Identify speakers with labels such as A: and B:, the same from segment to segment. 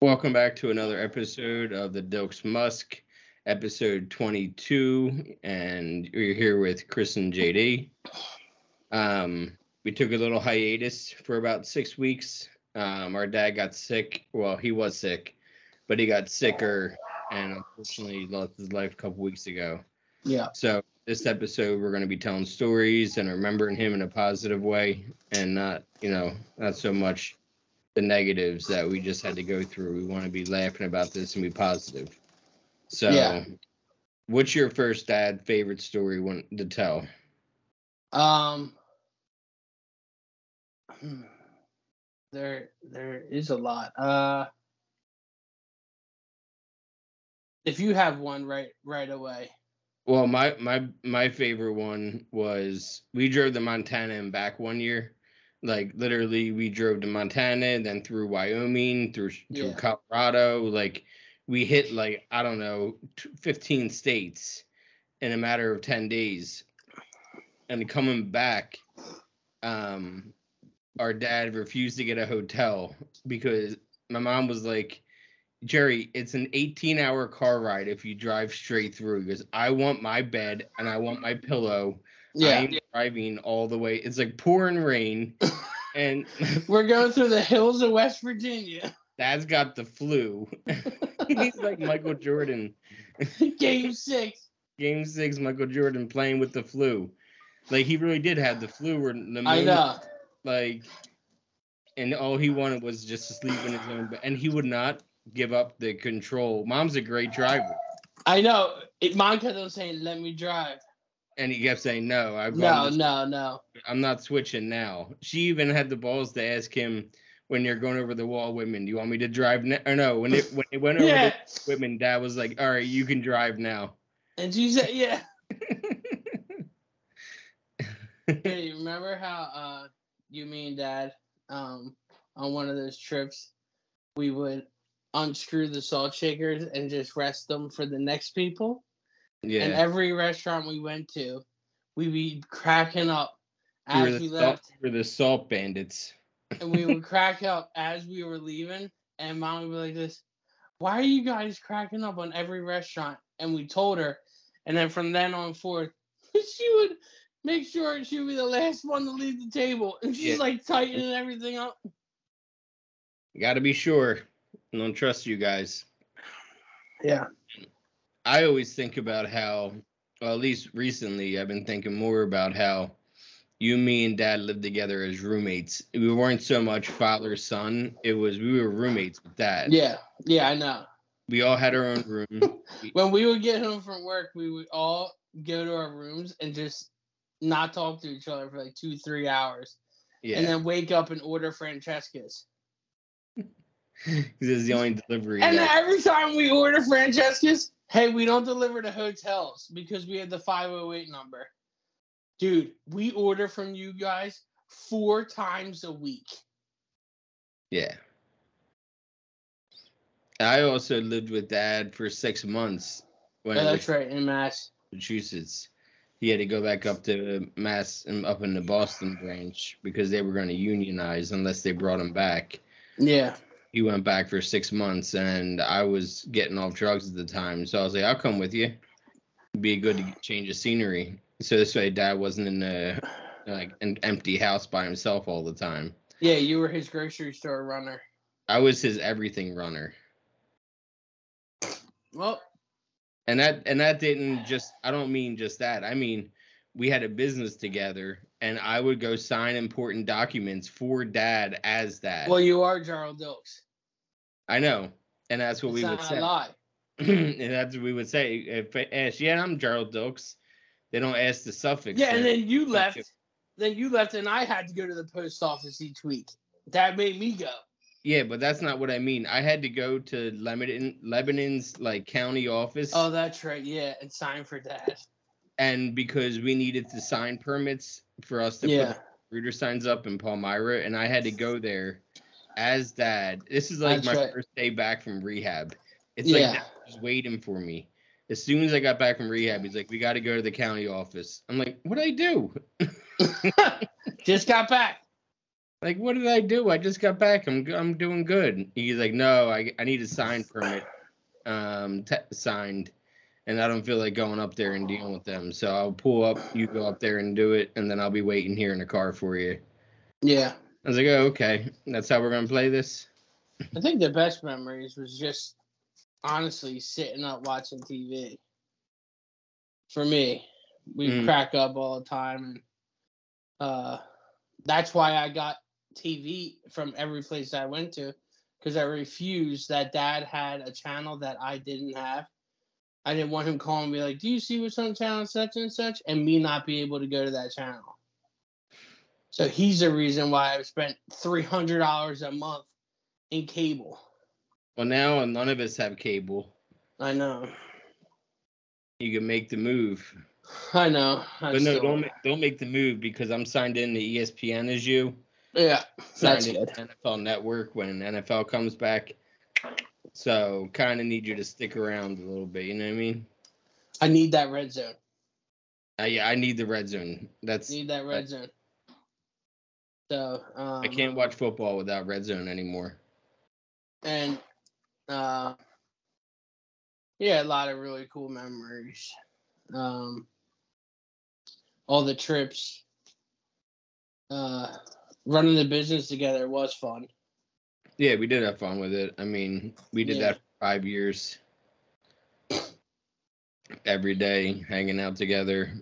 A: Welcome back to another episode of the Dokes Musk, episode 22, and we're here with Chris and JD. Um, we took a little hiatus for about six weeks. Um, our dad got sick. Well, he was sick, but he got sicker and unfortunately lost his life a couple weeks ago.
B: Yeah.
A: So this episode, we're going to be telling stories and remembering him in a positive way, and not, you know, not so much the negatives that we just had to go through. We want to be laughing about this and be positive. So,
B: Yeah.
A: what's your first dad favorite story one to tell?
B: Um. hmm, There, there is a lot. Uh. If you have one right, right away.
A: Well, my my my favorite one was we drove to Montana and back one year. Like literally, we drove to Montana, then through Wyoming, through through
B: Yeah.
A: Colorado. Like we hit like I don't know, t- fifteen states in a matter of ten days, and coming back, um, our dad refused to get a hotel because my mom was like, Jerry, it's an 18 hour car ride if you drive straight through. Because I want my bed and I want my pillow.
B: Yeah,
A: I'm driving all the way. It's like pouring rain. and
B: we're going through the hills of West Virginia.
A: dad's got the flu. He's like Michael Jordan.
B: Game six.
A: Game six, Michael Jordan playing with the flu. Like he really did have the flu or pneumonia.
B: I know.
A: like and all he wanted was just to sleep in his own bed and he would not give up the control mom's a great driver
B: I know. It, Monica was saying, "Let me drive."
A: and he kept saying no I,
B: No,
A: am
B: no, no.
A: I'm not switching now she even had the balls to ask him when you're going over the wall women do you want me to drive now or no when it when it went over
B: Yeah,
A: the women dad was like all right you can drive now
B: and she said, "Yeah." Hey, remember how uh, you mean Dad um, on one of those trips we would unscrew the salt shakers and just rest them for the next people?
A: yeah
B: And every restaurant we went to, we'd be cracking up
A: we were,
B: as
A: the
B: we
A: salt,
B: left,
A: we were the salt bandits
B: and we would crack up as we were leaving. And Mom would be like, "This, why are you guys cracking up on every restaurant?" And we told her, and then from then on forth, she would make sure she would be the last one to leave the table, and
A: Yeah.
B: she's like tightening everything up.
A: gotta be sure I don't trust you guys
B: Yeah.
A: I always think about how, well, at least recently, I've been thinking more about how you, me, and dad lived together as roommates. We weren't so much father son, it was we were roommates with dad.
B: Yeah. Yeah, I know.
A: We all had our own room.
B: When we would get home from work, we would all go to our rooms and just not talk to each other for like two, three hours,
A: Yeah.
B: and then wake up and order Francesca's.
A: this is the only delivery.
B: And then
A: that-
B: every time we order Francesca's, hey, we don't deliver to hotels because we have the 508 number. Dude, we order from you guys four times a week.
A: yeah. I also lived with dad for six months when
B: Yeah,
A: I was
B: that's right, in Mass.
A: Massachusetts. He had to go back up to Mass and up in the Boston branch because they were going to unionize unless they brought him back.
B: Yeah.
A: He went back for six months, and I was getting off drugs at the time, so I was like, "I'll come with you. Be good to get- change of scenery." So this way, Dad wasn't in a like an empty house by himself all the time.
B: Yeah, you were his grocery store runner.
A: I was his everything runner.
B: Well,
A: and that and that didn't just i don't mean just that i mean we had a business together and i would go sign important documents for dad as dad
B: well, you are Gerald Dilks.
A: i know and that's what
B: It's
A: we
B: not
A: would
B: a
A: say
B: lie.
A: and that's what we would say if they asked yeah i'm gerald dokes they don't ask the suffix
B: Yeah, and
A: there.
B: then you
A: Thank
B: left.
A: you.
B: Then you left, and I had to go to the post office each week. That made me go.
A: yeah but that's not what i mean i had to go to lebanon lebanon's like county office
B: Oh, that's right. Yeah, and sign for that.
A: and because we needed to sign permits for us to put
B: Yeah,
A: Reader signs up in Palmyra, and I had to go there as dad. This is like
B: That's
A: my
B: right.
A: first day back from rehab. It's like
B: yeah.
A: dad was waiting for me. As soon as I got back from rehab, he's like, "We got to go to the county office." I'm like, "What do I do?"
B: Just got back.
A: Like, what did I do? I just got back. I'm I'm doing good. He's like, no, I I need a sign permit, um, t- signed, and I don't feel like going up there and dealing with them. So I'll pull up. You go up there and do it, and then I'll be waiting here in the car for you.
B: Yeah.
A: I was like, oh, okay. That's how we're gonna play this.
B: I think the best memories was just honestly sitting up watching TV. For me, we
A: Mm.
B: crack up all the time, and uh, that's why I got TV from every place I went to, because I refused that Dad had a channel that I didn't have. I didn't want him calling me like, "Do you see what's on channel such and such?" and me not be able to go to that channel. So he's the reason why I've spent three hundred dollars a month in cable.
A: Well, now none of us have cable.
B: I know.
A: You can make the move.
B: I know. I
A: But no,
B: still-
A: don't make, don't make the move because I'm signed E in to ESPN as you.
B: Yeah,
A: Signed
B: that's
A: in
B: good.
A: to NFL Network when NFL comes back. So kind of need you to stick around a little bit. You know what I mean?
B: I need that red zone.
A: I, yeah, I need the red zone. That's
B: Need that red zone. So um,
A: I can't watch football without red zone anymore.
B: And uh, yeah, a lot of really cool memories. Um, all the trips. Uh, running the business together was fun.
A: Yeah, we did have fun with it. I mean, we did
B: Yeah.
A: that for five years. Every day, hanging out together.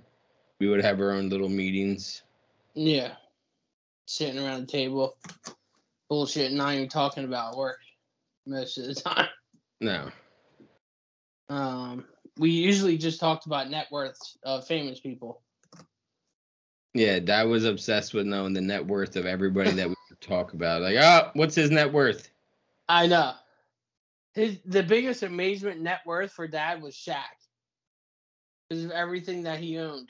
A: We would have our own little meetings.
B: Yeah, sitting around the table, bullshit, not even talking about work most of the time.
A: No.
B: Um, we usually just talked about net worths of famous people.
A: Yeah, that was obsessed with knowing the net worth of everybody that we could talk about. Like, oh, what's his net worth?
B: I know. uh, His the biggest amazement net worth for dad was Shaq. Because of everything that he owned.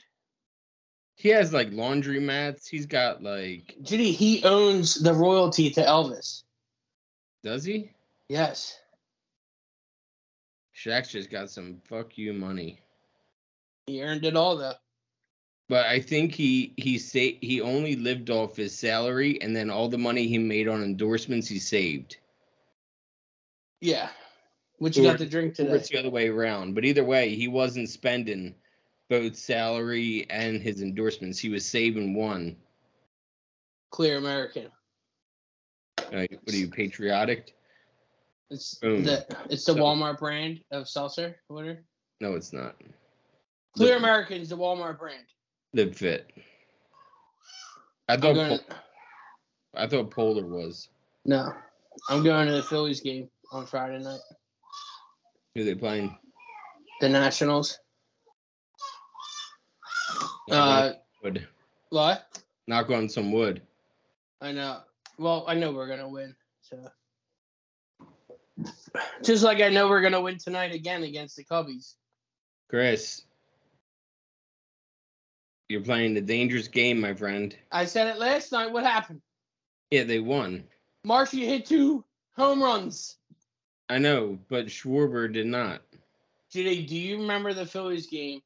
A: He has like laundry mats. He's got like,
B: Judy, he owns the royalty to Elvis.
A: does he?
B: Yes.
A: Shaq's just got some fuck you money.
B: He earned it all though.
A: But I think he he sa- he only lived off his salary and then all the money he made on endorsements he saved.
B: Yeah. What you
A: Or-
B: got to drink
A: Or
B: today?
A: it's the other way around. But either way, he wasn't spending both salary and his endorsements. He was saving one.
B: Clear American.
A: Like, what are you patriotic?
B: It's
A: Boom.
B: the it's the
A: So-
B: Walmart brand of seltzer water.
A: No, it's not.
B: Clear
A: Lib-
B: American is the Walmart brand.
A: Lib Fit. I
B: I'm
A: thought
B: going
A: Pol- I thought Polar was
B: no. I'm going to the Phillies game on Friday night.
A: who they playing.
B: The Nationals. Uh,
A: wood.
B: what?
A: Knock on some wood.
B: I know. Well, I know we're gonna win. So, just like I know we're gonna win tonight again against the Cubbies.
A: Chris, you're playing the dangerous game, my friend.
B: I said it last night. What happened?
A: Yeah, they won.
B: Marshy hit two home runs.
A: I know, but Schwarber did not.
B: Judy, do you remember the Phillies game?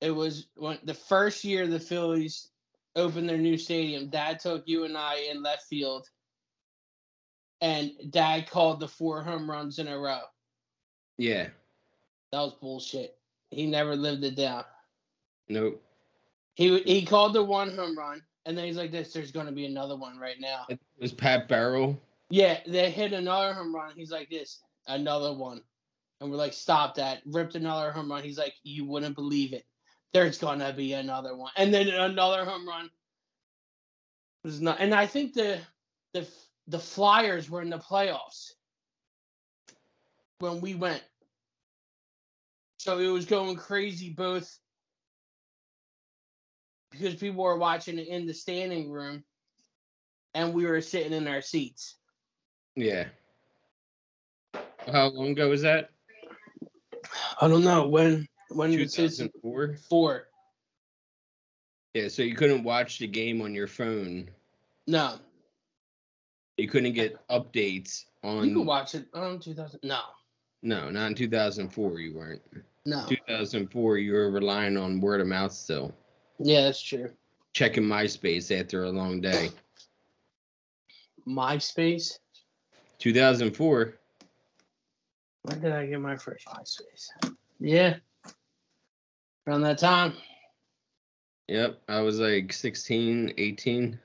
B: It was when the first year the Phillies opened their new stadium. Dad took you and I in left field, and Dad called the four home runs in a row.
A: Yeah.
B: That was bullshit. He never lived it down.
A: Nope.
B: He he called the one home run, and then he's like, "This, there's going to be another one right now."
A: It was Pat Barrel.
B: Yeah, they hit another home run. He's like, "This, another one," and we're like, "Stop that!" Ripped another home run. He's like, "You wouldn't believe it. There's going to be another one," and then another home run. It was not, and I think the the the Flyers were in the playoffs when we went. So it was going crazy both because people were watching it in the standing room and we were sitting in our seats.
A: Yeah. How long ago was that?
B: I don't know when when the season
A: 2004.
B: four.
A: Yeah, so you couldn't watch the game on your phone.
B: No.
A: You couldn't get updates on.
B: You could watch it on two thousand no.
A: no, not in 2004. You weren't.
B: No.
A: 2004, you were relying on word of mouth still.
B: Yeah, that's true.
A: Checking MySpace after a long day.
B: MySpace.
A: 2004.
B: When did I get my first MySpace? Yeah. Around that time.
A: Yep, I was like 16, 18.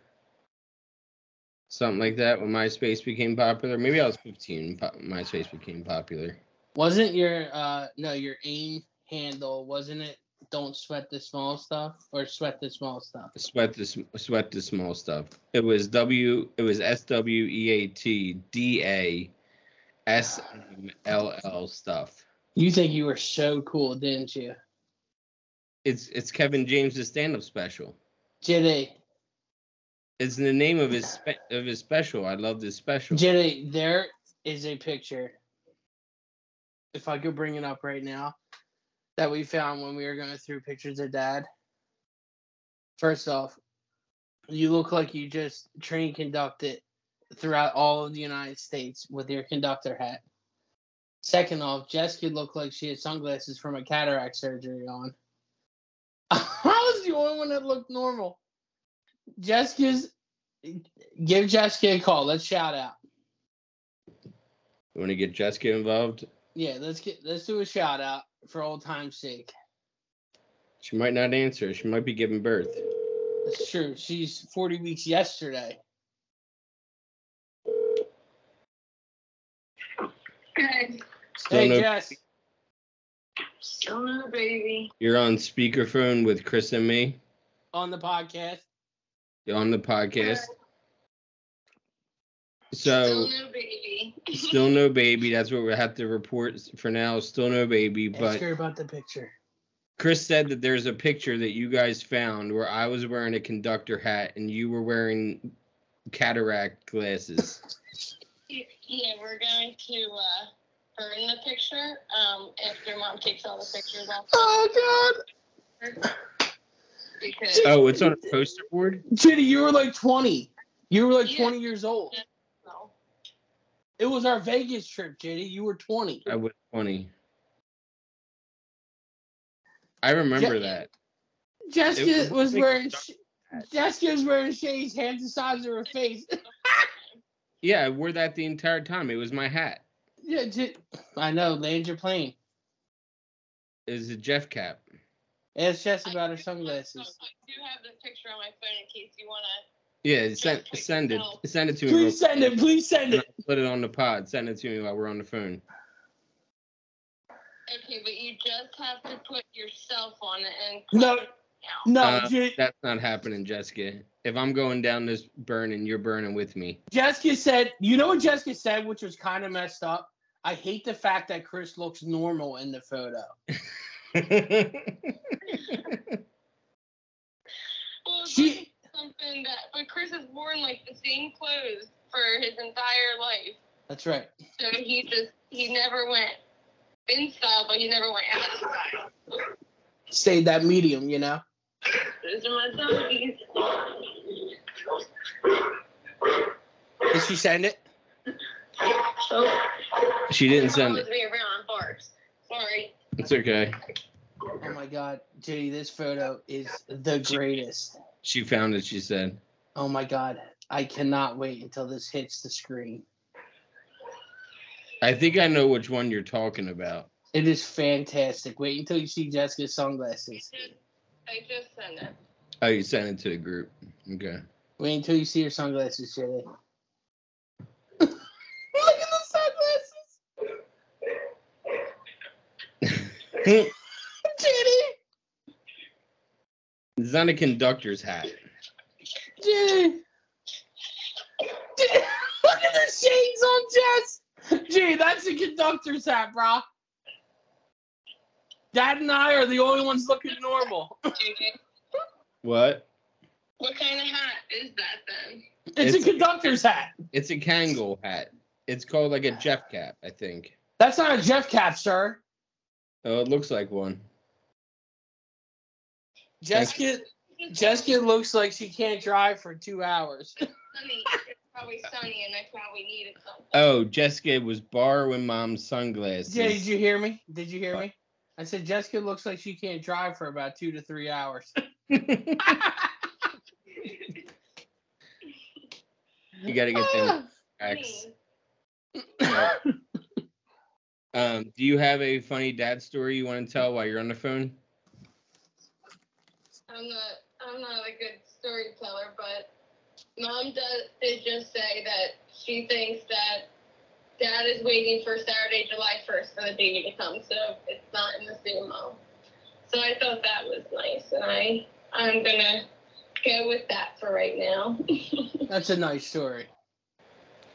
A: Something like that when MySpace became popular. Maybe I was 15 when pop- MySpace became popular.
B: Wasn't your uh no your aim handle wasn't it? Don't sweat the small stuff or sweat the small stuff.
A: Sweat the sm- sweat the small stuff. It was W it was S W E A T D A S M L L stuff.
B: You think you were so cool, didn't you?
A: It's it's Kevin James' stand up special.
B: Jitty,
A: It's the name of his spe- of his special. I love this special.
B: Jitty, there is a picture. If I could bring it up right now, that we found when we were going through pictures of dad. First off, you look like you just train conducted throughout all of the United States with your conductor hat. Second off, Jessica looked like she had sunglasses from a cataract surgery on. I was the only one that looked normal. Jessica's give Jessica a call. Let's shout out.
A: You want to get Jessica involved?
B: Yeah, let's get let's do a shout out for old time's sake.
A: She might not answer. She might be giving birth.
B: That's true. She's forty weeks yesterday.
C: Good.
A: Still
B: Hey
A: no-
B: Jess,
C: Still no baby.
A: You're on speakerphone with Chris and me.
B: on the podcast.
A: You're on the podcast.
C: Still
A: So
C: no baby.
A: still no baby. That's what we have to report for now. Still no baby.
B: Ask
A: But
B: her about the picture.
A: Chris said that there's a picture that you guys found where I was wearing a conductor hat and you were wearing cataract glasses.
C: yeah, we're going to uh, burn the picture um, after mom takes all the pictures off
B: Oh
C: because
A: Oh, it's on a poster board.
B: God, Jenny, you were like twenty. You were like
C: Yeah.
B: twenty years old.
C: no,
B: It was our Vegas trip, Jenny. You were twenty.
A: I was funny. I remember
B: Yeah.
A: that.
B: Jessica
A: It-
B: was
A: it-
B: wearing. sh- Jessica was wearing shades, hands the size of her face.
A: Yeah, I wore that the entire time. It was my hat.
B: yeah, J- I know. Land your plane.
A: It was a Jeff cap.
B: Ask Jess
C: I
B: about her
C: do have-
B: sunglasses.
C: I do have this picture on my phone in case you want to.
A: Yeah, send send it send it to me. real
B: Please send it. Please send
A: and
B: it.
A: I'll put it on the pod. Send it to me while we're on the phone.
C: Okay, but you just have to put yourself on it and.
B: No.
C: Now.
B: No,
A: Uh,
B: J-
A: That's not happening, Jessica. If I'm going down this burn and you're burning with me,
B: Jessica said, you know what Jessica said, which was kind of messed up? I hate the fact that Chris looks normal in the photo.
C: Well, it's
B: She-
C: like something that, but Chris has worn like the same clothes for his entire life.
B: That's right.
C: So he just he never went inside, but he never went outside.
B: Stayed that medium, you know?
C: Those are my zombies.
B: Did she send it?
C: Oh,
A: she didn't send it.
C: follows me around barks. Sorry.
A: It's okay.
B: Oh my God, Judy, this photo is the greatest.
A: She found it. She said,
B: Oh my God, I cannot wait until this hits the screen.
A: "I think I know which one you're talking about."
B: It is fantastic. Wait until you see Jessica's sunglasses.
C: I just sent it.
A: Oh, you sent it to the group. Okay.
B: Wait until you see her sunglasses, Judy. Look at the sunglasses, Judy.
A: it's not a conductor's hat.
B: Jay. Jay, Look at the shades on Jess. Jay, that's a conductor's hat, bro. Dad and I are the only ones looking normal.
C: Okay.
A: What?
C: What kind of hat is that then?
B: It's,
A: It's-
B: a conductor's hat.
A: It's a Kangol hat. It's called like a Jeff cap, I think.
B: That's not a Jeff cap, sir.
A: Oh, it looks like one.
B: Jessica,
C: It's
B: Jessica looks like she can't drive for two hours.
C: sunny. It's probably sunny, and I probably needed something.
A: Oh, Jessica was borrowing mom's sunglasses.
B: Jay, did you hear me? Did you hear me? I said Jessica looks like she can't drive for about two to three hours.
A: You gotta get them
B: Ah!
A: facts. Um, do you have a funny dad story you want to tell while you're on the phone?
C: I'm not I'm not a good storyteller, but mom does did just say that she thinks that dad is waiting for Saturday, July first for the baby to come, so it's not in the same mom. So I thought that was nice and I I'm gonna go with that for right now.
B: That's a nice story.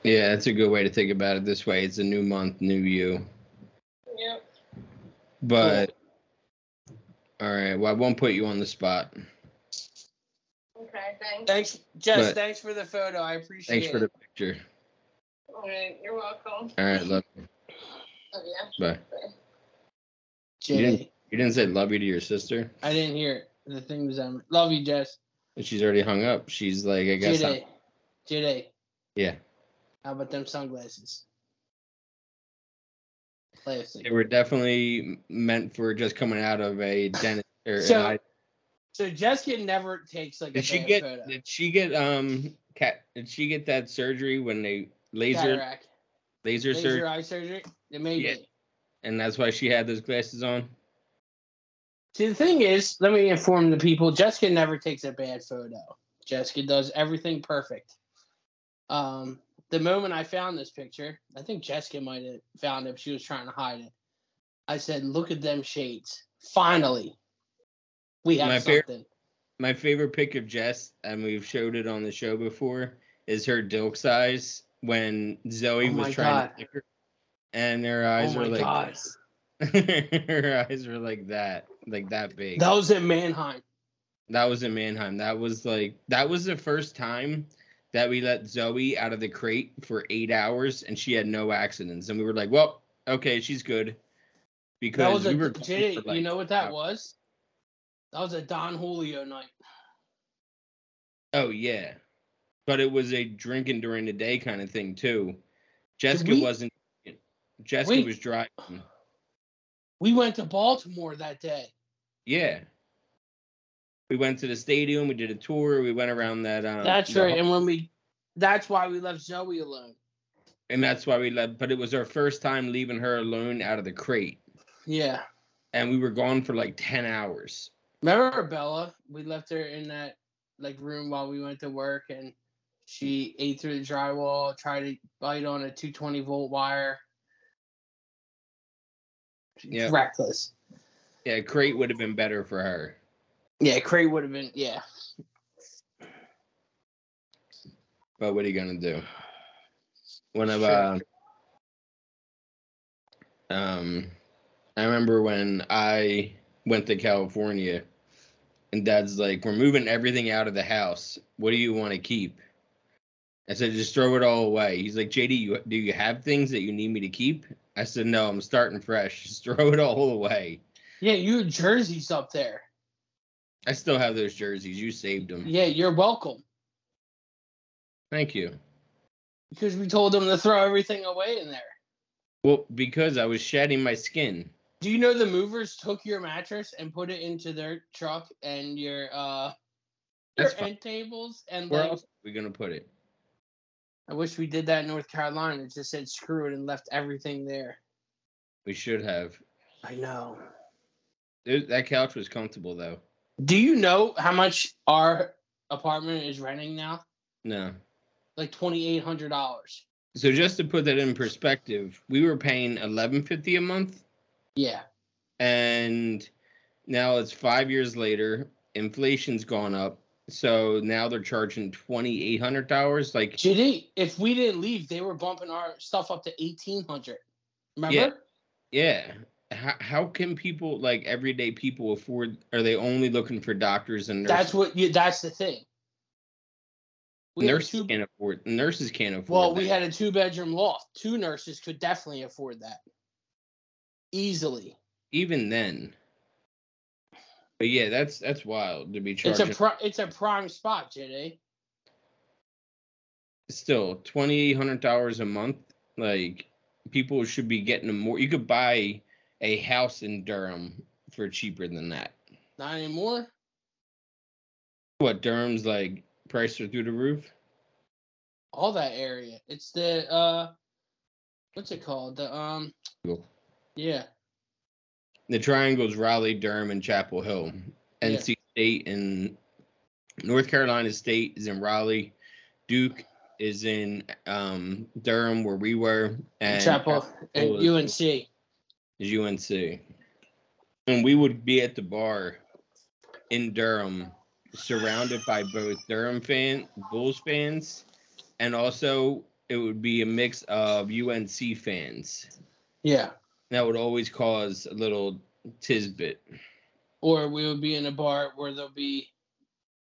A: Yeah, that's a good way to think about it this way. It's a new month, new you.
C: yep.
A: But all right, well, I won't put you on the spot.
C: Okay, thanks.
B: Thanks, Jess.
A: But-
B: thanks for the photo. I appreciate
A: Thanks
B: it.
A: for the picture.
C: All right, you're welcome.
A: All right, love you.
C: Oh, yeah.
A: Bye.
B: Jay.
A: Yeah. You didn't say love you to your sister.
B: I didn't hear it. The thing was, um, love you, Jess.
A: And She's already hung up. She's like, I guess. I'm-
B: Jay. Jay.
A: Yeah.
B: How about them sunglasses? Classic.
A: They were definitely meant for just coming out of a dentist. Or an
B: So,
A: eye-
B: So Jessica never takes like a
A: did she
B: bad
A: get?
B: photo.
A: Did she get um? Cat? Did she get that surgery when they laser
B: Cataract.
A: laser,
B: Laser
A: surgery?
B: eye surgery. It may
A: Yeah.
B: be.
A: And that's why she had those glasses on.
B: See, the thing is, let me inform the people. Jessica never takes a bad photo. Jessica does everything perfect. Um, the moment I found this picture, I think Jessica might have found it. but She was trying to hide it. I said, "Look at them shades! Finally, we have
A: My favorite-
B: something."
A: My favorite pic of Jess, and we've showed it on the show before, is her dilk size when Zoe
B: Oh my
A: was trying
B: God.
A: to lick her, and her eyes
B: oh
A: were
B: my
A: like
B: god,
A: this. her eyes were like that, like that big.
B: that was in Manheim.
A: That was in Mannheim. That was like that was the first time that we let Zoe out of the crate for eight hours and she had no accidents. And we were like, Well, okay, she's good. Because
B: That was a
A: we were gone
B: Jay,
A: for, like-
B: you know what that
A: hours.
B: was? That was a Don Julio night.
A: Oh yeah. But it was a drinking during the day kind of thing too. Jessica
B: we-
A: wasn't Jessica
B: Wait.
A: was driving.
B: We went to Baltimore that day.
A: Yeah. We went to the stadium, we did a tour, we went around that um
B: That's
A: the
B: right. And when we, that's why we left Zoe alone.
A: and that's why we left. But it was our first time leaving her alone out of the crate,
B: Yeah.
A: and we were gone for like ten hours.
B: Remember Bella? We left her in that like room while we went to work, and she ate through the drywall, tried to bite on a 220 volt wire.
A: Yeah,
B: Reckless.
A: yeah, crate would have been better for her.
B: Yeah, Cray would have been. Yeah.
A: But what are you gonna do? One of
B: Sure.
A: uh, um, I remember when I went to California, and Dad's like, "We're moving everything out of the house. What do you want to keep?" I said, "Just throw it all away." He's like, "JD, you, do you have things that you need me to keep?" I said, "No, I'm starting fresh. Just throw it all away."
B: Yeah, your jersey's up there.
A: I still have those jerseys. You saved them.
B: Yeah, you're welcome.
A: Thank you.
B: Because we told them to throw everything away in there.
A: Well, because I was shedding my skin.
B: Do you know the movers took your mattress and put it into their truck and your uh your
A: That's fine.
B: end tables and
A: Where
B: like
A: else are we gonna put it?
B: I wish we did that in North Carolina. It just said screw it and left everything there.
A: We should have.
B: I know.
A: Dude, that couch was comfortable though.
B: Do you know how much our apartment is renting now?
A: No.
B: Like twenty eight hundred dollars.
A: So just to put that in perspective, we were paying eleven fifty a month,
B: Yeah.
A: and now it's five years later. Inflation's gone up, so now they're charging twenty eight hundred dollars. Like
B: JD, if we didn't leave, they were bumping our stuff up to eighteen hundred. Remember?
A: Yeah. Yeah. How, how can people like everyday people afford? Are they only looking for doctors and nurses?
B: That's what you that's the thing. We had
A: nurses
B: two-
A: can't afford. Nurses can't afford.
B: Well, we
A: that.
B: had a two bedroom loft. Two nurses could definitely afford that. Easily.
A: even then. But yeah, that's that's wild to be
B: It's a
A: charging.
B: pri- it's a prime spot, JD.
A: Still twenty eight hundred dollars a month. Like people should be getting more. You could buy a house in Durham for cheaper than that.
B: Not anymore.
A: What Durham's like prices are through the roof.
B: all that area. It's the uh, what's it called? The um, yeah,
A: The triangles Raleigh, Durham, and Chapel Hill.
B: Yeah.
A: NC State and North Carolina State is in Raleigh. Duke is in um, Durham, where we were, and
B: Chapel and
A: Hill is-
B: UNC.
A: is UNC. And we would be at the bar in Durham, surrounded by both Durham fan, Bulls fans, and also it would be a mix of UNC fans.
B: Yeah,
A: That would always cause a little tisbit.
B: or we would be in a bar where there'll be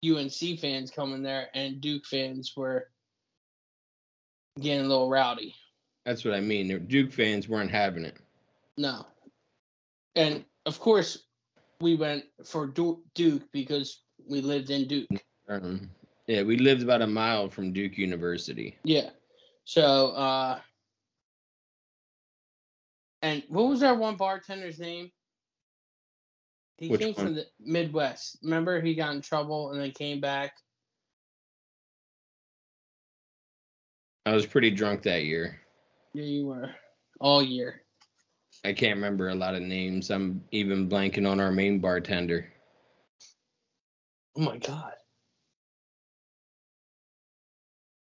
B: UNC fans coming there and Duke fans were getting a little rowdy.
A: That's what I mean. The Duke fans weren't having it.
B: No. And of course, we went for Du- Duke because we lived in Duke.
A: Um, yeah, we lived about a mile from Duke University.
B: Yeah. So, uh, and what was our one bartender's name? He
A: Which
B: came
A: one?
B: from the Midwest. Remember, he got in trouble and then came back.
A: I was pretty drunk that year.
B: Yeah, you were all year.
A: I can't remember a lot of names. I'm even blanking on our main bartender.
B: Oh my God.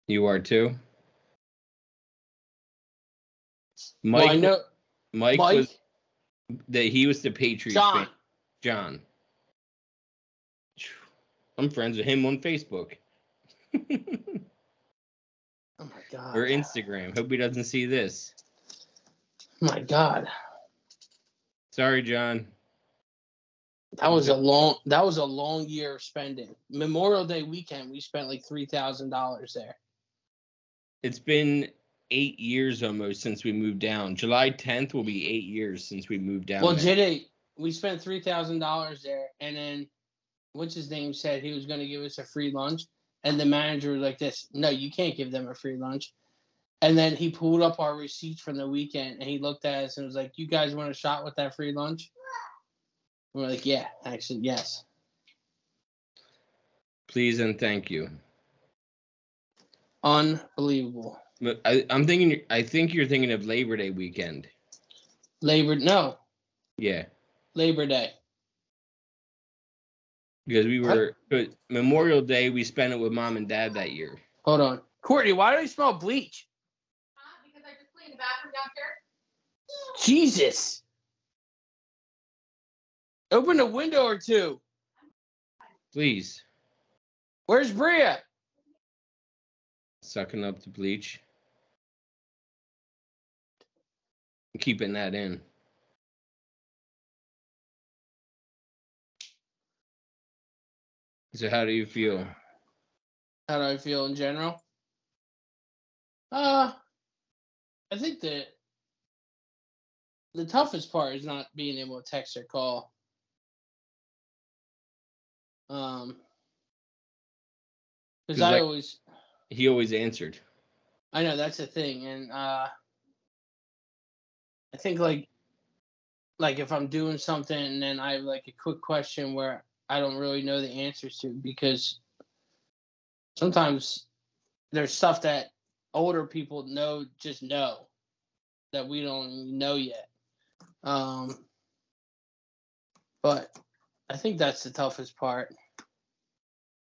A: You are too.
B: Well,
A: Mike,
B: I know
A: Mike,
B: Mike,
A: was that he was the Patriots.
B: John.
A: fan. John. I'm friends with him on Facebook
B: Oh my God.
A: or Instagram. Hope he doesn't see this.
B: Oh my God.
A: Sorry, John.
B: That was a long. That was a long year of spending. Memorial Day weekend, we spent like three thousand dollars there.
A: It's been eight years almost since we moved down. July 10th will be eight years since we moved down.
B: well,
A: there.
B: JD, we spent three thousand dollars there, and then what's his name said he was going to give us a free lunch, and the manager was like, "This, no, you can't give them a free lunch." And then he pulled up our receipts from the weekend, and he looked at us and was like, "You guys want a shot with that free lunch?" We're like, "Yeah, actually, yes."
A: Please and thank you.
B: Unbelievable.
A: But I, I'm thinking, I think you're thinking of Labor Day weekend.
B: Labor no
A: Yeah.
B: Labor Day.
A: Because we
B: What?
A: were, but Memorial Day, we spent it with mom and dad that year.
B: Hold on, Courtney. Why do I smell bleach?
C: Huh? Because I just cleaned the bathroom downstairs.
B: Jesus. Open a window or two.
A: Please.
B: Where's Bria?
A: Sucking up the bleach. Keeping that in. So, how do you feel?
B: How do I feel in general? Uh I think that the toughest part is not being able to text or call. Um
A: 'Cause,
B: because I
A: like-
B: always
A: He always answered.
B: I know that's the thing, and uh, I think like like if I'm doing something and then I have like a quick question where I don't really know the answers to because sometimes there's stuff that older people know just know that we don't even know yet. Um, but I think that's the toughest part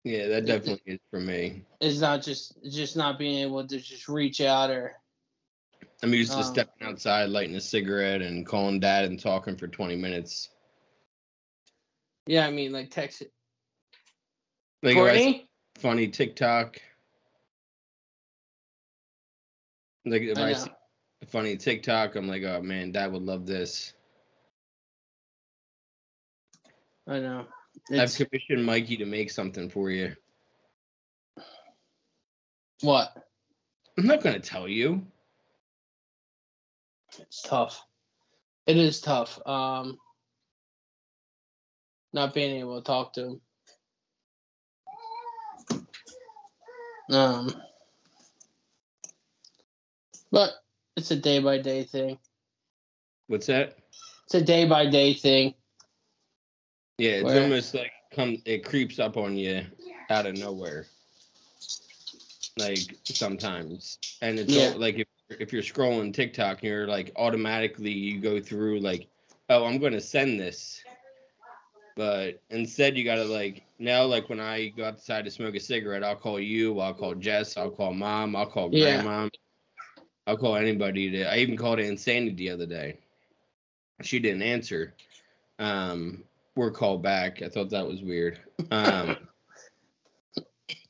A: Yeah, that
B: It-
A: definitely is for me.
B: is not just just not being able to just reach out or
A: I'm used to
B: Um,
A: stepping outside, lighting a cigarette, and calling dad and talking for 20 minutes.
B: yeah I mean like text it.
A: Like if I see
B: Courtney.
A: a funny TikTok. Like if I,
B: I know.
A: see a funny TikTok, I'm like, oh man, dad would love this.
B: I know.
A: I've
B: It's,
A: commissioned Mikey to make something for you.
B: what?
A: I'm not gonna tell you.
B: It's tough. It is tough. Um, not being able to talk to him. Um, but it's a day by day thing.
A: What's that?
B: It's a day by day thing.
A: Yeah, it's
B: Where?
A: almost like come it creeps up on you out of nowhere. like sometimes and it's
B: Yeah.
A: all, like if, if you're scrolling tiktok and you're like automatically you go through like oh i'm going to send this but instead you gotta like now like when i go outside to smoke a cigarette i'll call you i'll call jess i'll call mom i'll call
B: Yeah.
A: grandma i'll call anybody to, i even called insanity the other day she didn't answer um we're called back i thought that was weird um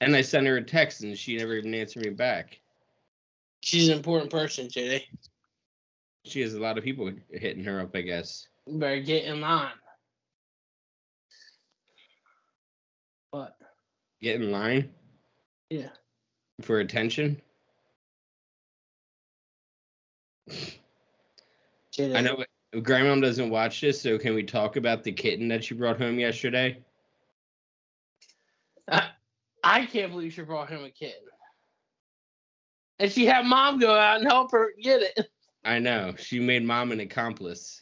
A: and i sent her a text and she never even answered me back
B: She's an important person, JD.
A: she has a lot of people hitting her up i guess
B: You better get in line. But
A: get in line
B: Yeah.
A: for attention
B: JD,
A: I know Grandma doesn't watch this, so can we talk about the kitten that she brought home yesterday?
B: I can't believe she brought him a kitten. And she had mom go out and help her get it.
A: I know she made mom an accomplice.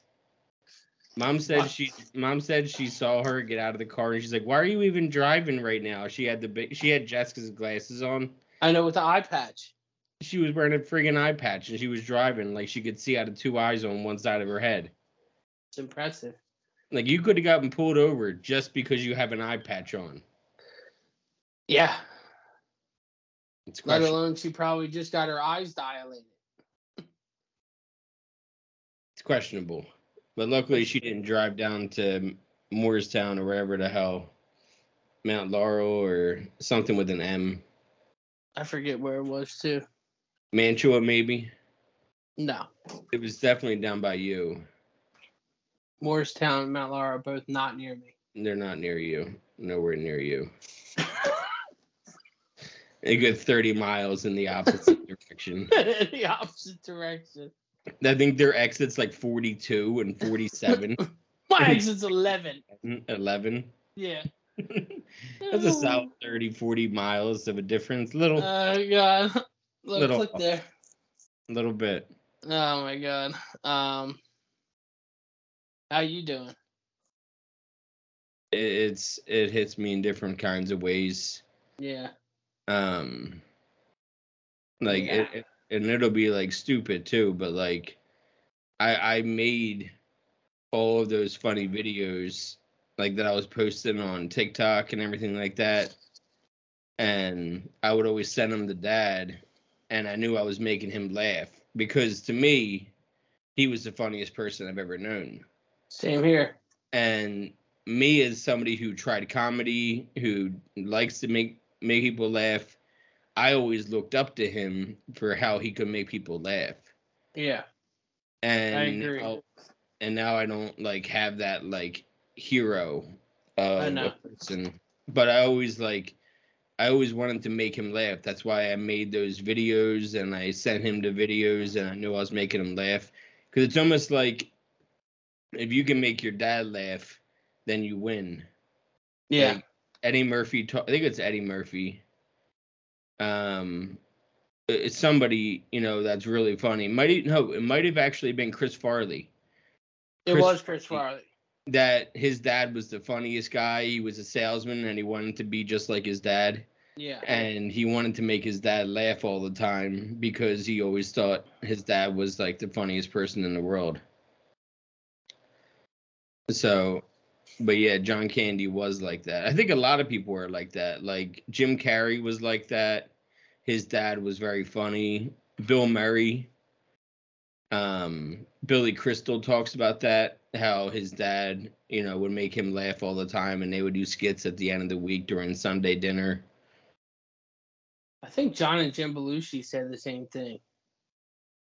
A: Mom said she mom said she saw her get out of the car and she's like, "Why are you even driving right now?" She had the big she had Jessica's glasses on.
B: I know with the eye patch.
A: She was wearing a friggin' eye patch and she was driving like she could see out of two eyes on one side of her head.
B: It's impressive.
A: Like you could have gotten pulled over just because you have an eye patch on.
B: Yeah.
A: It's
B: Let
A: questionable.
B: alone she probably just got her eyes dilated.
A: It's questionable. But luckily, she didn't drive down to Moorestown or wherever the hell, Mount Laurel or something with an M.
B: I forget where it was too.
A: Mantua, maybe.
B: No.
A: It was definitely down by you.
B: Morristown and Mount Laura are both not near me.
A: They're not near you. Nowhere near you. A good 30 miles in the opposite direction.
B: in the opposite direction.
A: I think their exit's like 42 and 47
B: My exit's eleven.
A: and 11.
B: Yeah.
A: That's a solid 30, 40 miles of a difference. Little,
B: Oh god. Look,
A: Little-
B: click there.
A: little bit.
B: Oh my god. Um how you doing?
A: It, it's, it hits me in different kinds of ways.
B: Yeah.
A: um like it,
B: Yeah.
A: it- and it'll be like stupid too but like i i made all of those funny videos like that i was posting on tiktok and everything like that and i would always send them to dad and i knew i was making him laugh because to me he was the funniest person i've ever known
B: Same here.
A: and me as somebody who tried comedy who likes to make make people laugh i always looked up to him for how he could make people laugh
B: Yeah.
A: and
B: agree.
A: Now, and now i don't like have that like hero of
B: I know.
A: a person but i always like i always wanted to make him laugh that's why i made those videos and i sent him the videos and i knew i was making him laugh because it's almost like if you can make your dad laugh then you win
B: Yeah.
A: like, Eddie Murphy. ta- I think it's Eddie Murphy. Um, it's somebody you know that's really funny. Might e- no, it might have actually been Chris Farley.
B: it
A: Chris-
B: was Chris Farley.
A: That his dad was the funniest guy. He was a salesman and he wanted to be just like his dad.
B: Yeah.
A: And he wanted to make his dad laugh all the time because he always thought his dad was like the funniest person in the world. So, but yeah, John Candy was like that. I think a lot of people were like that. Like Jim Carrey was like that. His dad was very funny. Bill Murray, um, Billy Crystal talks about that. How his dad, you know, would make him laugh all the time, and they would do skits at the end of the week during Sunday dinner.
B: I think John and Jim Belushi said the same thing.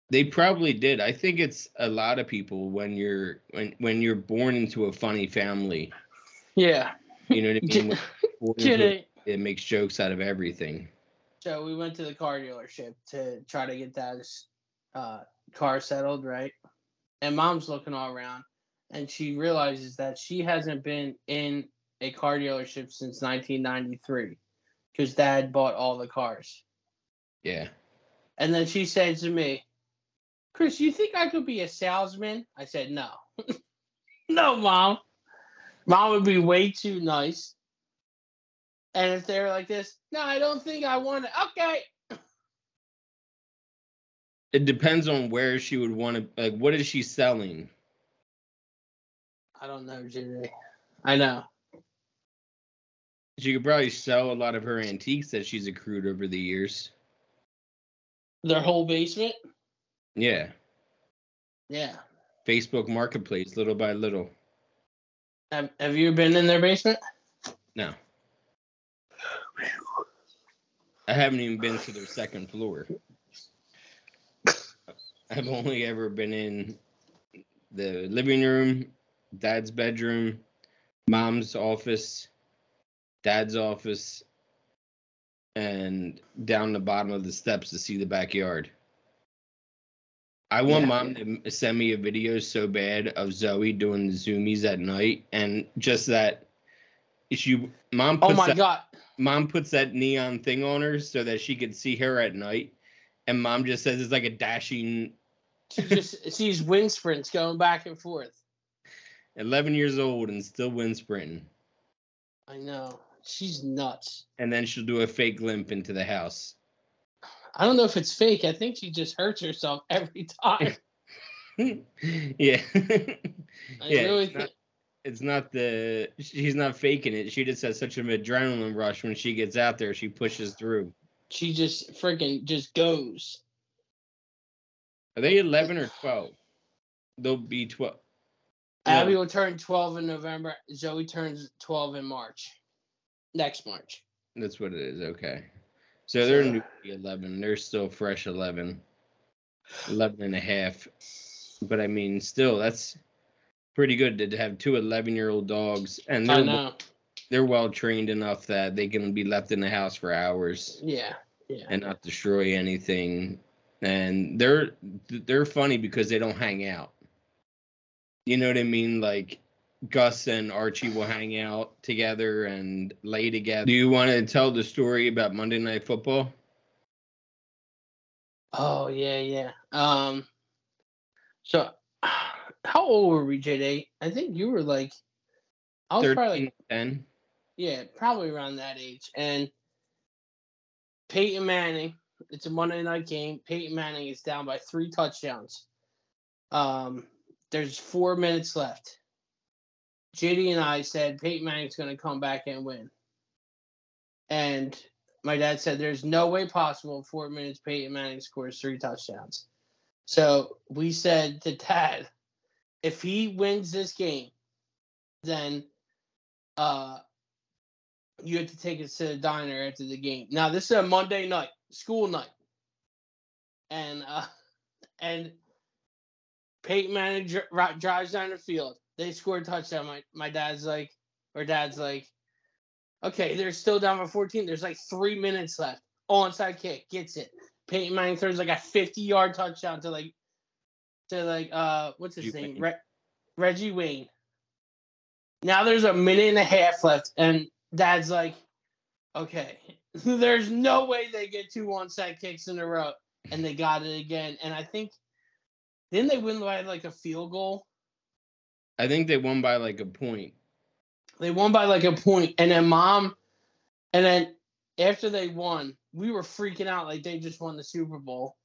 A: They probably did. I think it's a lot of people when you're when when you're born into a funny family.
B: Yeah. Mm-hmm.
A: You know what I mean? When you're born into a
B: Jenny.
A: it makes jokes out of everything.
B: So we went to the car dealership to try to get that uh, car settled, right? And mom's looking all around and she realizes that she hasn't been in a car dealership since 1993 because dad bought all the cars.
A: Yeah.
B: And then she said to me, Chris, you think I could be a salesman? I said, no. no, mom. Mom would be way too nice. And if they were like this, no, I don't think I want to. Okay.
A: It depends on where she would want to. Like, what is she selling?
B: I don't know, JJ. I know.
A: She could probably sell a lot of her antiques that she's accrued over the years.
B: Their whole basement?
A: Yeah,
B: Yeah.
A: Facebook Marketplace, little by little.
B: Have, have you been in their basement?
A: No, I haven't even been to their second floor. I've only ever been in the living room, dad's bedroom, mom's office, dad's office, and down the bottom of the steps to see the backyard. I want
B: Yeah.
A: mom to send me a video so bad of Zoe doing the zoomies at night and just that she mom
B: Oh
A: puts
B: my
A: that-
B: god.
A: mom puts that neon thing on her so that she could see her at night and mom just says it's like a dashing
B: She just sees wind sprints going back and forth.
A: 11 years old and still wind sprinting
B: I know. She's nuts.
A: and then she'll do a fake limp into the house
B: I don't know if it's fake. I think she just hurts herself every time.
A: yeah
B: I
A: Yeah,
B: really
A: it's not-
B: think
A: it's not the she's not faking it she just has such an adrenaline rush when she gets out there she pushes through
B: she just freaking just goes.
A: are they 11 or 12 they'll be 12 Yeah.
B: Abby will turn 12 in November. Zoe turns 12 in March. Next March.
A: that's what it is okay so they're
B: So-
A: new 11 they're still fresh 11 11 and a half but i mean still that's pretty good to have two 11 year old dogs and
B: I
A: they're,
B: know.
A: they're well trained enough that they can be left in the house for hours
B: Yeah. Yeah.
A: and not destroy anything and they're they're funny because they don't hang out you know what i mean like gus and archie will hang out together and lay together do you want to tell the story about monday night football
B: Oh yeah, yeah. Um so how old were we, JD? I think you were like I was probably like
A: 13 10
B: Yeah, probably around that age. And Peyton Manning, it's a Monday night game. Peyton Manning is down by three touchdowns. Um, there's four minutes left. JD and I said Peyton Manning's going to come back and win. And my dad said there's no way possible in four minutes Peyton Manning scores three touchdowns. So we said to dad, if he wins this game, then uh, you had to take us to the diner after the game. Now this is a Monday night, school night, and uh, and Peyton manager ri- drives down the field. They score a touchdown. My my dad's like, or dad's like, okay, they're still down by 14. There's like three minutes left. Onside kick gets it. Peyton Manning throws like a 50 yard touchdown to like to like uh what's his
A: Reggie
B: name
A: Wayne.
B: Re- Reggie Wayne. Now there's a minute and a half left, and dad's like, okay, there's no way they get two onside kicks in a row, and they got it again. And I think didn't they win by like a field goal?
A: i think they won by like a point
B: They won by like a point, and then mom, and then after they won, we were freaking out like they just won the Super Bowl.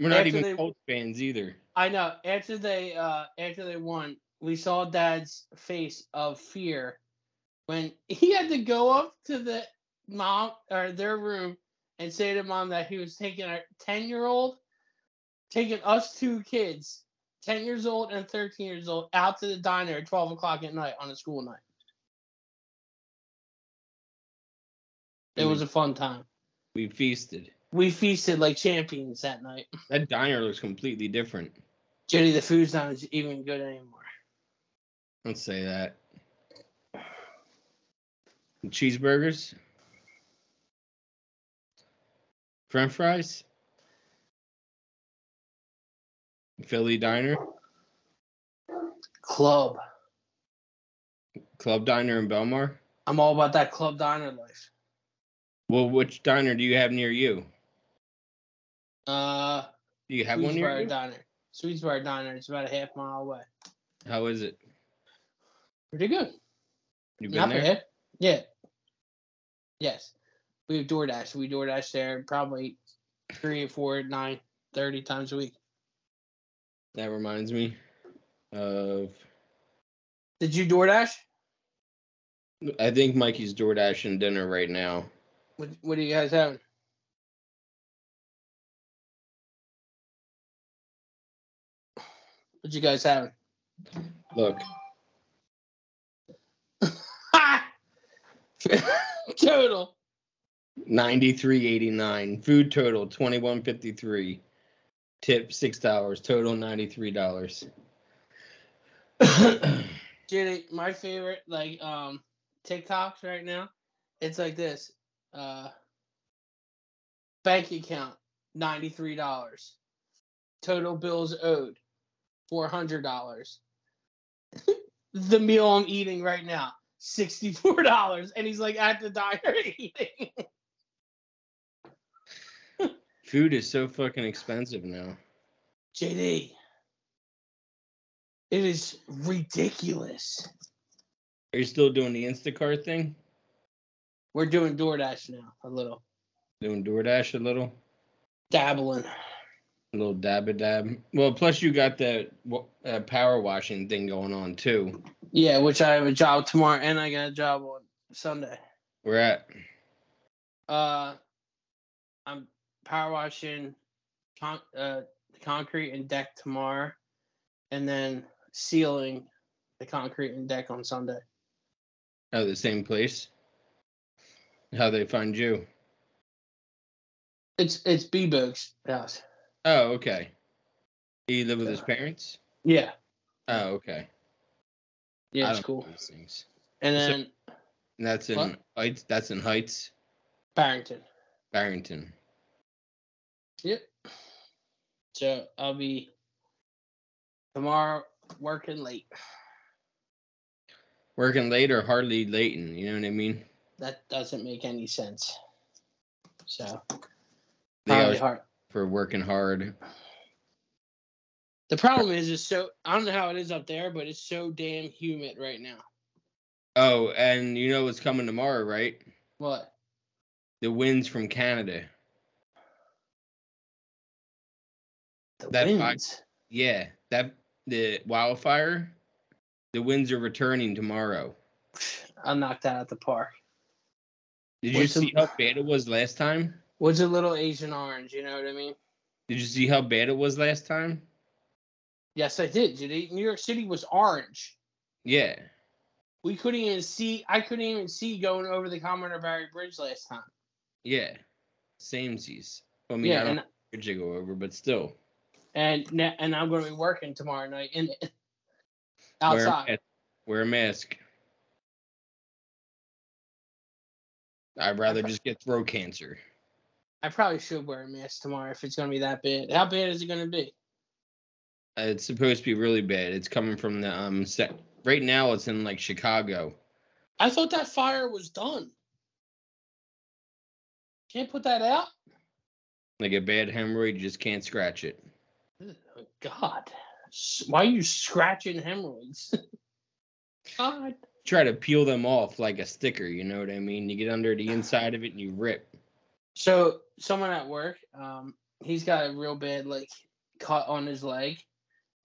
A: we're not
B: After
A: even
B: they-
A: Colts fans either
B: I know. After they uh after they won, we saw Dad's face of fear when he had to go up to the mom or their room and say to mom that he was taking our ten year old, taking us two kids, ten years old and thirteen years old, out to the diner at twelve o'clock at night on a school night. It was a fun time.
A: we feasted
B: We feasted like champions that night.
A: that diner looks completely different
B: Jenny, the food's not as- even good anymore.
A: don't say that cheeseburgers french fries philly diner
B: Club.
A: club diner in belmar
B: I'm all about that club diner life.
A: well which diner do you have near you
B: Uh,
A: do you have one near
B: Sweetsbury
A: you?
B: Diner. Sweetsbury Diner. It's about a half mile away.
A: how is it
B: Pretty good.
A: you've been
B: Not
A: there
B: bad. Yeah. Yes. We have DoorDash. We DoorDash there probably three or four at nine. 30 times a week.
A: That reminds me of
B: Did you DoorDash?
A: I think Mikey's door dashing dinner right now.
B: What, what are you guys having? What you guys having?
A: Look,
B: Total.
A: 93.89. Food total 21.53. Tip $6. Total $93.
B: Jenny, my favorite like um TikToks right now, it's like this. Uh bank account, ninety three dollars. Total bills owed, four hundred dollars. the meal I'm eating right now, sixty four dollars. And he's like at the diner eating.
A: Food is so fucking expensive now.
B: JD. It is ridiculous.
A: Are you still doing the Instacart thing?
B: We're doing DoorDash now, a little.
A: Doing DoorDash a little?
B: Dabbling.
A: A little dab a dab. Well, plus you got that wa- uh, power washing thing going on too.
B: Yeah, which I have a job tomorrow and I got a job on Sunday.
A: We're at
B: Uh, I'm power washing con- uh, the concrete and deck tomorrow, and then sealing the concrete and deck on Sunday.
A: oh, the same place. How they find you?
B: It's it's Bebo's house.
A: Oh, okay. He live with his parents.
B: Yeah,
A: Oh, okay. I
B: yeah, it's
A: don't
B: cool.
A: know these things.
B: And
A: So-
B: then
A: And that's in
B: What?
A: Heights. That's in Heights,
B: Barrington.
A: Barrington.
B: Yep. So I'll be tomorrow working late.
A: Working late or hardly Leighton. You know what I mean?
B: That doesn't make any sense. So
A: They
B: probably
A: are
B: hard.
A: for working hard.
B: The problem is, it's so I don't know how it is up there, but it's so damn humid right now.
A: Oh, and you know what's coming tomorrow, right?
B: What?
A: The winds from Canada.
B: The
A: That fi-
B: winds.
A: Yeah, that the wildfire. The winds are returning tomorrow.
B: I'll knock that out the park.
A: Did you
B: What's the-
A: see how bad it was last time?
B: What's a little Asian orange? You know what I mean?
A: Did you see how bad it was last time?
B: Yes, I did. Did New York City was orange.
A: Yeah.
B: We couldn't even see. I couldn't even see going over the Commodore Barry Bridge last time.
A: Yeah. Samesies. I mean,
B: yeah,
A: I don't
B: and
A: know if you go over, but still.
B: and na- and I'm going to be working tomorrow night in
A: Wear a
B: outside.
A: mask. Wear a mask. I'd rather just get throat cancer.
B: I probably should wear a mask tomorrow if it's going to be that bad. How bad is it going to be?
A: Uh, It's supposed to be really bad. It's coming from the um set. Right now, it's in like Chicago.
B: I thought that fire was done. Can't put that out.
A: Like a bad hemorrhoid, you just can't scratch it.
B: Ugh, God, S- why are you scratching hemorrhoids? God,
A: Try to peel them off like a sticker. You know what I mean? You get under the inside of it and you rip.
B: so someone at work, um, he's got a real bad like cut on his leg,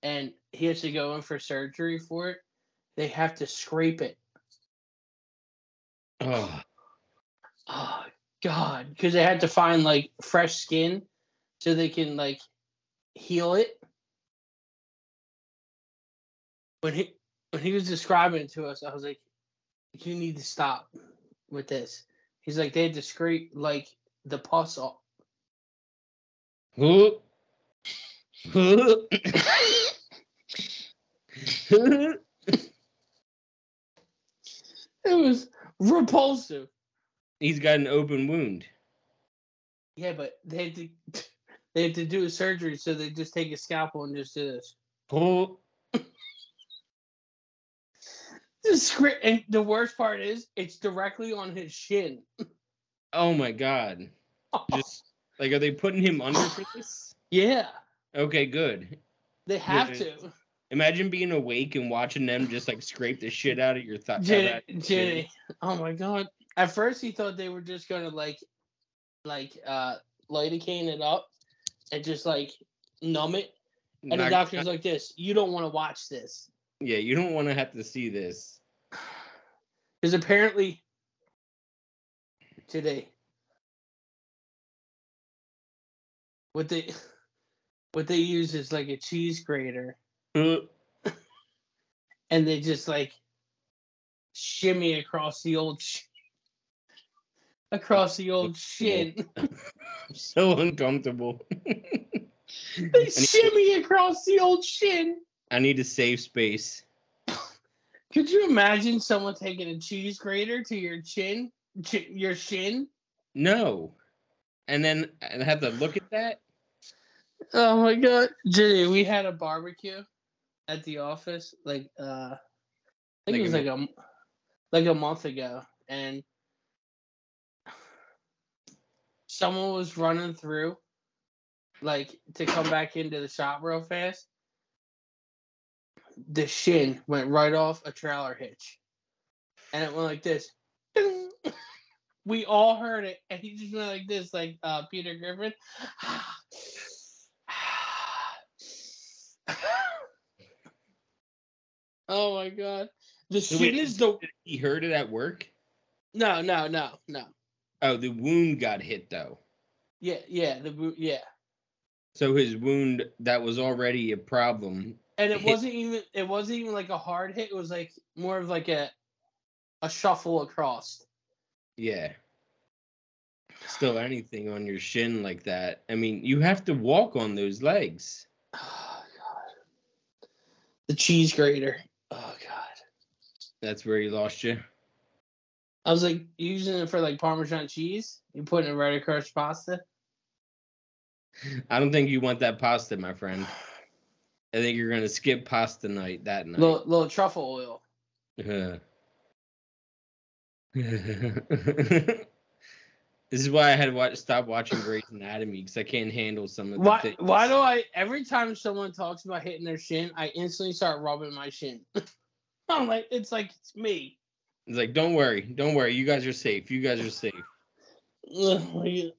B: and he has to go in for surgery for it. They have to scrape it.
A: Oh,
B: Oh God, because they had to find like fresh skin so they can like heal it. When he when he was describing it to us, I was like, "You need to stop with this." He's like, "They had to scrape like the pus off."
A: Who? Who? Who?
B: It was repulsive.
A: He's got an open wound.
B: Yeah, but they had to they had to do a surgery, so they just take a scalpel and just do this.
A: Who?
B: The script, and the worst part is, it's directly on his shin.
A: Oh my god. Just like are they putting him under for this?
B: yeah.
A: Okay, good.
B: They have
A: Yeah.
B: to.
A: Imagine being awake and watching them just like scrape the shit out of your thigh. uh,
B: Jenny, Jenny. Oh my god. At first he thought they were just gonna like like uh lidocaine it up and just like numb it. And
A: Not-
B: the doctor's like, "This, you don't want to watch this,"
A: yeah, you don't want to have to see this.
B: because apparently today, what they what they use is like a cheese grater,
A: Uh,
B: and they just like shimmy across the old sh- across the old shin.
A: I'm so uncomfortable.
B: they shimmy across the old shin.
A: I need to save space.
B: Could you imagine someone taking a cheese grater to your chin, chi- your shin?
A: No. And then I have to look at that.
B: Oh my god, Jenny, we had a barbecue at the office, like uh, I
A: Like
B: think it was
A: a-
B: like a m- like a month ago, and someone was running through, like to come back into the shop real fast. The shin went right off a trailer hitch, and it went like this. Ding. We all heard it, and he just went like this, like uh, Peter Griffin. oh my god, the
A: So
B: shin
A: wait-
B: is the
A: He heard it at work.
B: no, no, no, no.
A: Oh, the wound got hit though.
B: Yeah, yeah, the boot, yeah.
A: So his wound that was already a problem.
B: and it
A: hit-
B: wasn't even it wasn't even like a hard hit. It was like more of like a a shuffle across.
A: Yeah. Still anything on your shin like that. I mean, you have to walk on those legs.
B: Oh god, the cheese grater. Oh god,
A: That's where he lost you.
B: I was like using it for like Parmesan cheese. You putting it right across pasta.
A: I don't think you want that pasta, my friend. I think you're gonna skip pasta night that night.
B: Little little truffle oil.
A: Uh. this is why I had to watch, stop watching Grey's Anatomy because I can't handle some of the
B: Why
A: things.
B: why do I every time someone talks about hitting their shin, I instantly start rubbing my shin. I'm like it's like it's me.
A: It's like, don't worry, don't worry, you guys are safe. You guys are safe.
B: Ugh, my God.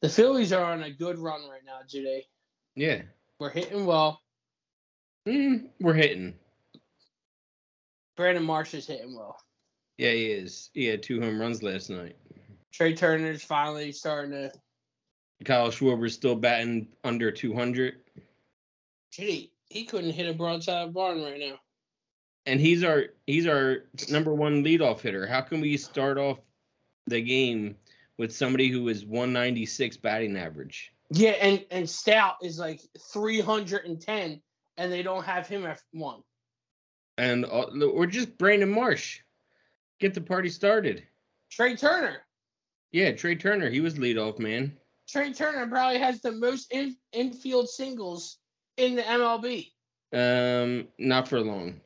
B: The Phillies are on a good run right now, Jude.
A: Yeah,
B: We're hitting well.
A: mm, we're hitting.
B: Brandon Marsh is hitting well.
A: Yeah, he is. He had two home runs last night.
B: Trey Turner's finally starting to.
A: Kyle Schwarber's still batting under 200,
B: Gee, he couldn't hit a broadside barn right now.
A: and he's our he's our number one leadoff hitter. How can we start off the game with somebody who is 196 batting average?
B: Yeah, and and Stout is like 310, and they don't have him at one.
A: and uh, or just Brandon Marsh. Get the party started.
B: Trey Turner.
A: Yeah, Trey Turner, he was leadoff man.
B: Trey Turner probably has the most in, infield singles in the MLB.
A: Um, not for long.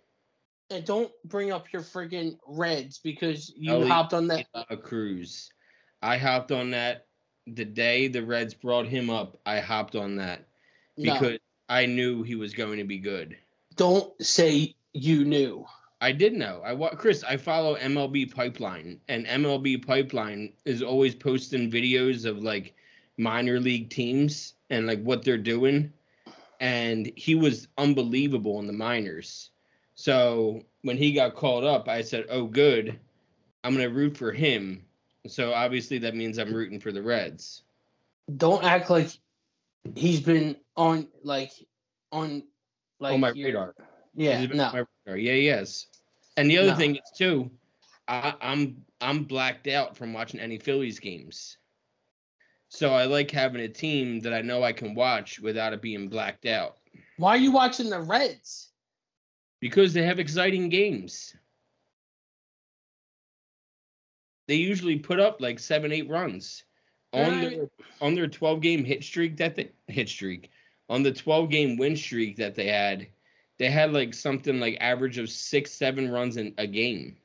B: And don't bring up your friggin' Reds because you
A: Oh, he-
B: hopped on that.
A: A cruise. I hopped on that the day the Reds brought him up. I hopped on that because
B: no,
A: I knew he was going to be good.
B: don't say you knew.
A: I did know. I wa- Chris. I follow MLB Pipeline, and MLB Pipeline is always posting videos of like minor league teams and like what they're doing. And he was unbelievable in the minors. So when he got called up, I said, "Oh, good. I'm gonna root for him." So obviously that means I'm rooting for the Reds.
B: don't act like he's been on like on like
A: on my
B: your-
A: radar.
B: Yeah,
A: He's been on
B: no.
A: my radar. Yeah, yes. And the other
B: No.
A: thing is too, I, I'm I'm blacked out from watching any Phillies games. So I like having a team that I know I can watch without it being blacked out
B: Why are you watching the Reds?
A: because they have exciting games. They usually put up like seven, eight runs on
B: Right.
A: their on their twelve game hit streak that they hit streak on the twelve game win streak that they had. They had like something like average of six, seven runs in a game.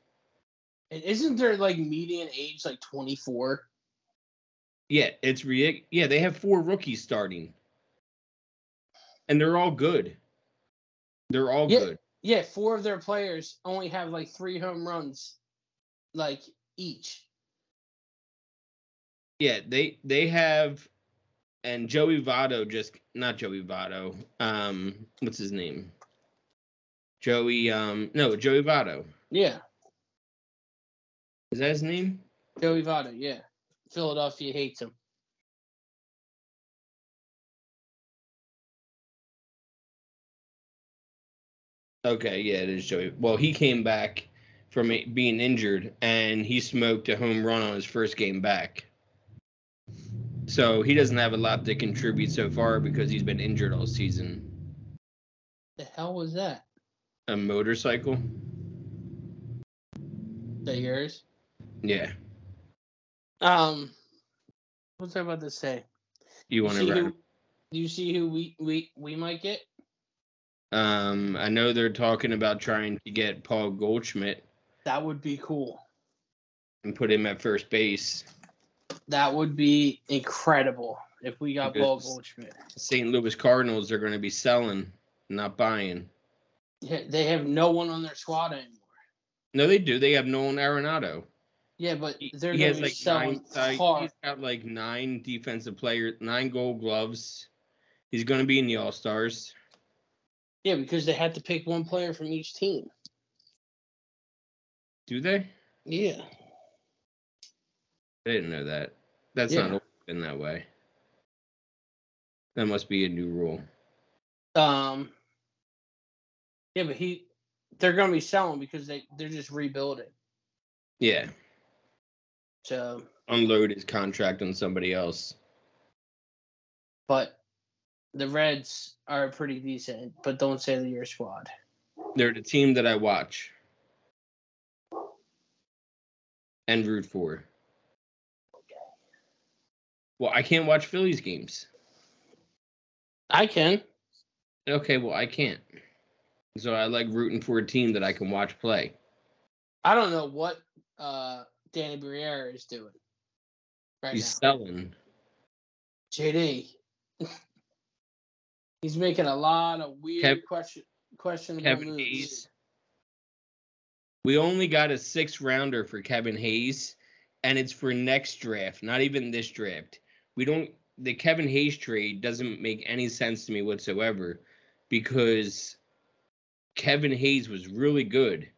B: And isn't there like median age like 24?
A: Yeah, it's ridiculous. Yeah, they have four rookies starting, and they're all good. They're all
B: Yeah.
A: good.
B: Yeah, four of their players only have like three home runs, like each.
A: Yeah, they they have and Joey Votto just not Joey Votto. Um, what's his name? Joey. Um, no, Joey Votto.
B: Yeah.
A: Is that his name?
B: Joey Votto, yeah. Philadelphia hates him.
A: Okay, yeah, it is Joey. Well, he came back from it being injured, and he smoked a home run on his first game back. So he doesn't have a lot to contribute so far because he's been injured all season.
B: The hell was that?
A: A motorcycle?
B: That yours?
A: Yeah.
B: Um, what's I about to say?
A: You want
B: see
A: to
B: who-
A: wrap?
B: Do you see who we we we might get?
A: Um, I know they're talking about trying to get Paul Goldschmidt
B: That would be cool.
A: and put him at first base.
B: That would be incredible if we got Paul
A: Because-
B: Goldschmidt.
A: St. Louis Cardinals are going to be selling, not buying.
B: Yeah, They have no one on their squad anymore.
A: No, they do. They have Nolan Arenado.
B: Yeah, but
A: He-
B: they're
A: he
B: gonna
A: has
B: be
A: like
B: selling
A: nine. uh,
B: hard.
A: he's got like nine defensive players, nine Gold Gloves. He's going to be in the All Stars.
B: Yeah, because they had to pick one player from each team.
A: Do they?
B: Yeah.
A: I didn't know that. That's
B: Yeah.
A: not in that way. That must be a new rule.
B: Um. Yeah, but he, they're gonna be selling because they they're just rebuilding.
A: Yeah,
B: So,
A: unload his contract on somebody else.
B: but the Reds are pretty decent. But don't say they're your squad.
A: They're the team that I watch and root for. Well, I can't watch Phillies games.
B: I can.
A: Okay, well, I can't. So I like rooting for a team that I can watch play.
B: I don't know what uh Danny Briere is doing right
A: He's
B: now.
A: selling.
B: JD. He's making a lot of weird
A: Kev-
B: question questionable
A: Kevin
B: moves.
A: Hayes. We only got a six rounder for Kevin Hayes, and it's for next draft, not even this draft. We don't the Kevin Hayes trade doesn't make any sense to me whatsoever because Kevin Hayes was really good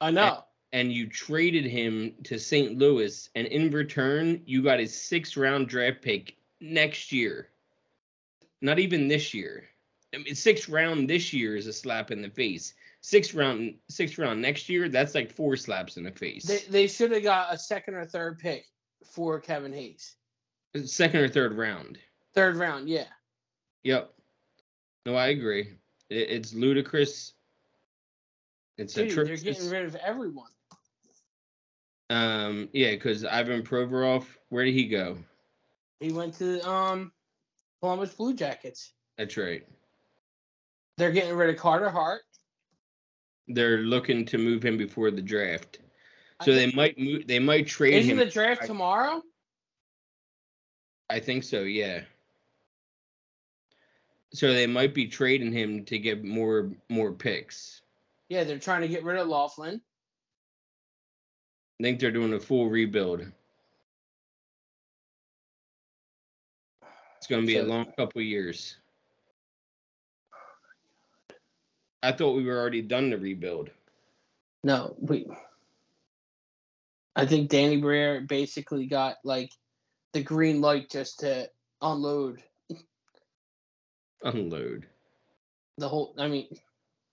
B: I know.
A: and you traded him to St. Louis and in return you got a six round draft pick next year. Not even this year. I mean six round this year is a slap in the face. Six round six round next year, that's like four slaps in the face.
B: They they should have got a second or third pick for Kevin Hayes.
A: Second or third round.
B: Third round, yeah.
A: Yep. No, I agree. It, it's ludicrous. It's
B: Dude, they're
A: atrocious.
B: getting rid of everyone.
A: um, yeah, because Ivan Provorov, where did he go?
B: He went to um Columbus Blue Jackets.
A: That's right.
B: They're getting rid of Carter Hart.
A: They're looking to move him before the draft.
B: I
A: So they
B: think-
A: might move. They might trade
B: isn't
A: him.
B: the draft tomorrow?
A: I think so. Yeah. So they might be trading him to get more more picks.
B: Yeah, they're trying to get rid of Laughlin.
A: I think they're doing a full rebuild. It's going to be a
B: So-
A: long couple years. I thought we were already done the rebuild.
B: No, we. I think Danny Briere basically got like the green light just to unload
A: Unload.
B: the whole. I mean,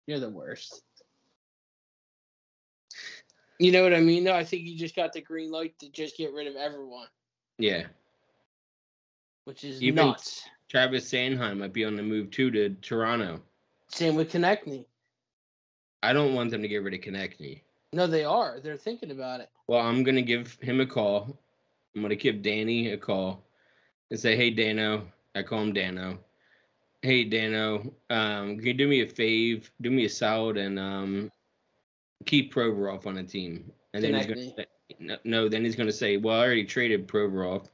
B: you're the worst. You know what I mean? No, I think he just got the green light to just get rid of everyone,
A: Yeah.
B: which is
A: Even-
B: nuts.
A: Travis Sanheim might be on the move too to Toronto.
B: Same with Konechny.
A: I don't want them to get rid of Konechny.
B: No, they are. They're thinking about it.
A: Well, I'm gonna give him a call. I'm gonna give Danny a call and say, "Hey, Dano." I call him Dano. Hey, Dano. Um, can you do me a fave? Do me a solid and um, keep Provorov on the team. And then he's gonna
B: Konechny.
A: say, no, no, then he's gonna say, "Well, I already traded Provorov."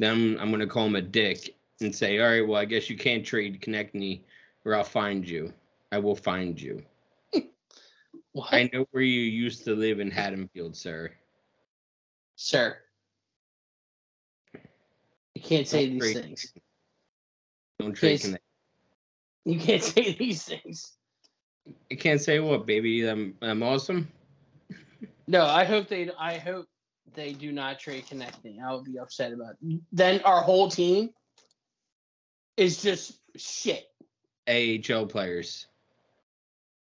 A: Then I'm, I'm gonna call him a dick and say, "All right, well, I guess you can't trade Konechny, or I'll find you. I will find you.
B: What?
A: I know where you used to live in Haddonfield, sir."
B: Sir. You can't say these
A: Great.
B: things.
A: Don't drink. in
B: Yes. You can't say these things.
A: I can't say what, baby. I'm I'm awesome.
B: No, I hope they. I hope they do not trade connecting. I would be upset about. It. Then our whole team is just shit.
A: AHL players.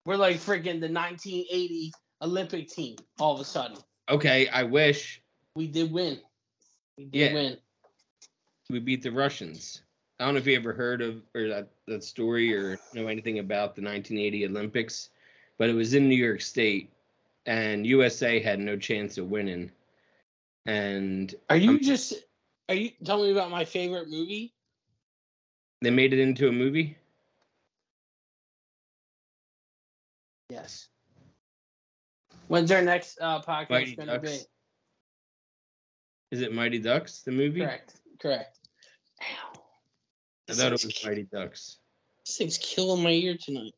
B: We're like freaking the 1980 Olympic team. All of a sudden,
A: Okay, I wish
B: we did win. We did
A: Yeah.
B: win.
A: we beat the Russians. I don't know if you ever heard of or that, that story or know anything about the 1980 Olympics, but it was in New York State, and USA had no chance of winning. And
B: Are you
A: Um,
B: just? Are you telling me about my favorite movie?
A: they made it into a movie.
B: Yes. When's our next uh, podcast
A: Mighty
B: going to be?
A: Ducks. Is it Mighty Ducks the movie?
B: Correct. Correct.
A: I thought it was Mighty Ducks.
B: This thing's killing my ear tonight.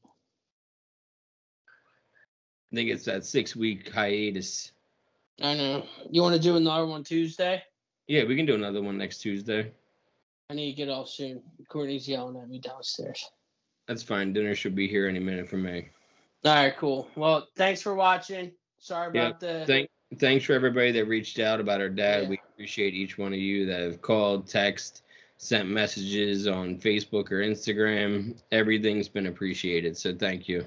A: I think it's that six week hiatus.
B: I know. You want to do another one Tuesday?
A: Yeah, we can do another one next Tuesday.
B: I need to get off soon. Courtney's yelling at me downstairs.
A: That's fine. Dinner should be here any minute for me.
B: All right, cool. Well, thanks for watching. Sorry
A: Yeah,
B: about the.
A: thank- Thanks for everybody that reached out about our dad.
B: Yeah.
A: We appreciate each one of you that have called, text, sent messages on Facebook or Instagram. Everything's been appreciated. So thank you.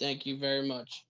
B: thank you very much.